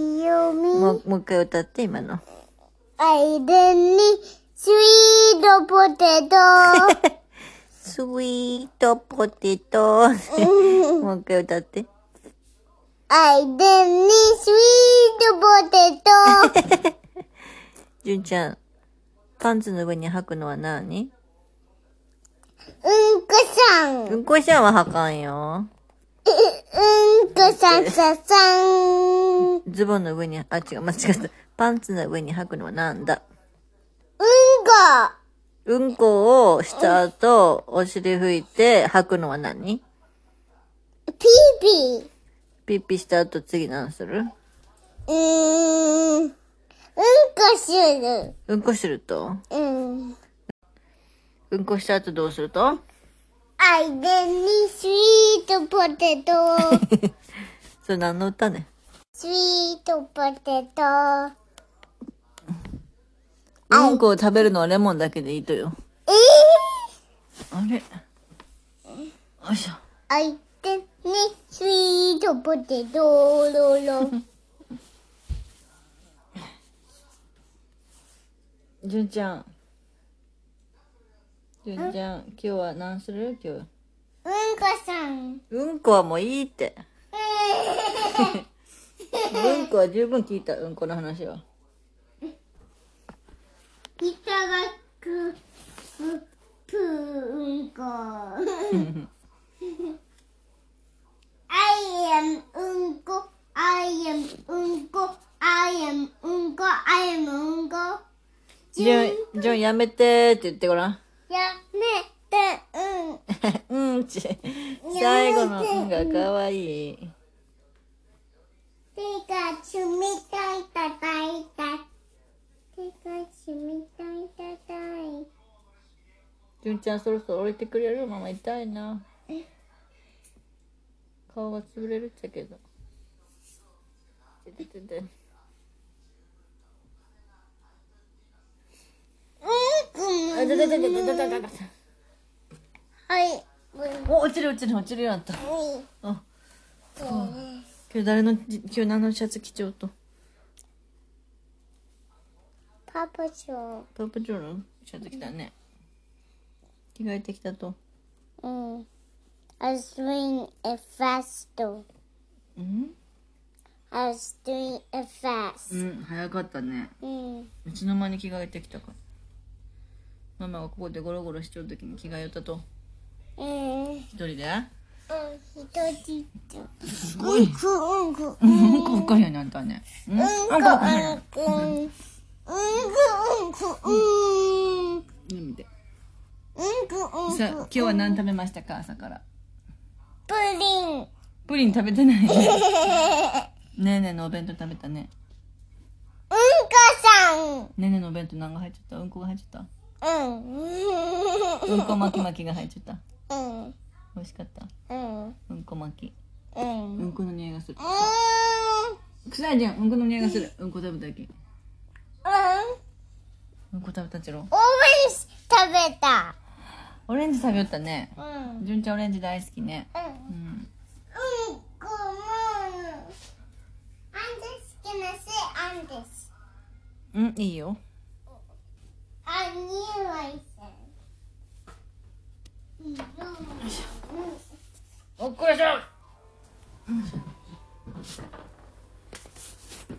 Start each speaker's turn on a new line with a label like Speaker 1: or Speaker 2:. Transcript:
Speaker 1: 読
Speaker 2: も
Speaker 1: み
Speaker 2: う、もう一回歌って、今の。
Speaker 1: 間にスイートポテト。
Speaker 2: スイートポテト。もう一回歌って。
Speaker 1: 間にスイートポテト。
Speaker 2: 純ちゃん、パンツの上に履くのは何
Speaker 1: うんこさん。
Speaker 2: うんこしゃは履かんよ。
Speaker 1: うんこさんささん。うんこ
Speaker 2: ズボンの上に、あ、違う、間違った。パンツの上に履くのはなんだうんこをした後、お尻拭いて履くのは何
Speaker 1: ピーピー。
Speaker 2: ピッピした後次何する
Speaker 1: うーん。うんこする。
Speaker 2: うんこすると
Speaker 1: うん。
Speaker 2: うんこした後どうすると
Speaker 1: アイデンにスイートポテト。
Speaker 2: それ何の歌ね
Speaker 1: スイートポテト。え
Speaker 2: うんこを食べるのはレモンだけでいいとよ。
Speaker 1: ぇ、ー、
Speaker 2: あれよいしょ。
Speaker 1: アイデンにスイートポテト。ロロ。
Speaker 2: 純ちゃん。純ちゃん、今日は何する今
Speaker 1: う
Speaker 2: 日。
Speaker 1: んこさん。
Speaker 2: うんこはもういいって。うんこは十分聞いた、うんこの話は。
Speaker 1: いただく、ぷ、うんこ。I am うんこ、I am うんこ、I am うんこ、I am うんこ。
Speaker 2: 純、純やめてって言ってごらん。
Speaker 1: やめて、うん。
Speaker 2: うんち。最後のうんがかわいい。
Speaker 1: 手がつみたいたたいた。手がつみたいたたい。
Speaker 2: 純ちゃんそろそろ降りてくれるママ痛いな。顔が潰れるっちゃけど。てててて
Speaker 1: うん
Speaker 2: あ、
Speaker 1: うん。
Speaker 2: だだだだだだだだ。
Speaker 1: はい。うん。
Speaker 2: お、落ちる落ちる落ちるようになった。あ、今日誰の、今日何のシャツ着ちゃうと。
Speaker 1: パパちゃん。
Speaker 2: パパジョーのシャツ着たね。着替えてきたと。
Speaker 1: Mm. I was doing it fast though.
Speaker 2: うん、
Speaker 1: I was doing it fast.
Speaker 2: うん、早かったね。
Speaker 1: Mm.
Speaker 2: いつの間に着替えてきたか。ママがここでゴロゴロしちゃうときに着替えよったと。
Speaker 1: Mm.
Speaker 2: 一人で
Speaker 1: Oh, he don't eat them.
Speaker 2: すごい。
Speaker 1: Uncle,
Speaker 2: うん、うんこばっかりやなあんたね。うん、うんこばっかりや
Speaker 1: uncle, uncle. Uncle, uncle,
Speaker 2: な。見て。
Speaker 1: uncle,
Speaker 2: さあ、
Speaker 1: uncle.
Speaker 2: 今日は何食べましたか朝から。
Speaker 1: Pudding.
Speaker 2: プリン食べて ないね。ねえねえのお弁当食べたね。
Speaker 1: Uncle-san.
Speaker 2: ねえねえのお弁当何が入っちゃったうんこが入っちゃっ
Speaker 1: Mm.
Speaker 2: た。うんこ巻き巻きが入っちゃった。
Speaker 1: Mm,
Speaker 2: 美味しかった。
Speaker 1: mm,
Speaker 2: うんこ巻き。う
Speaker 1: mm.
Speaker 2: んこの匂いがする。
Speaker 1: Mm,
Speaker 2: 臭いじゃん。うんこの匂いがする。うんこ食べたけ。
Speaker 1: mm.
Speaker 2: うんこ食べたちろ。
Speaker 1: Orange 食べた。
Speaker 2: オレンジ食べよったね。
Speaker 1: Mm,
Speaker 2: 純ちゃんオレンジ大好きね。
Speaker 1: mm.
Speaker 2: うん。
Speaker 1: うんこもん。I'm just gonna say I'm this.
Speaker 2: うん、いいよ。
Speaker 1: I knew I said.
Speaker 2: おっこらしょ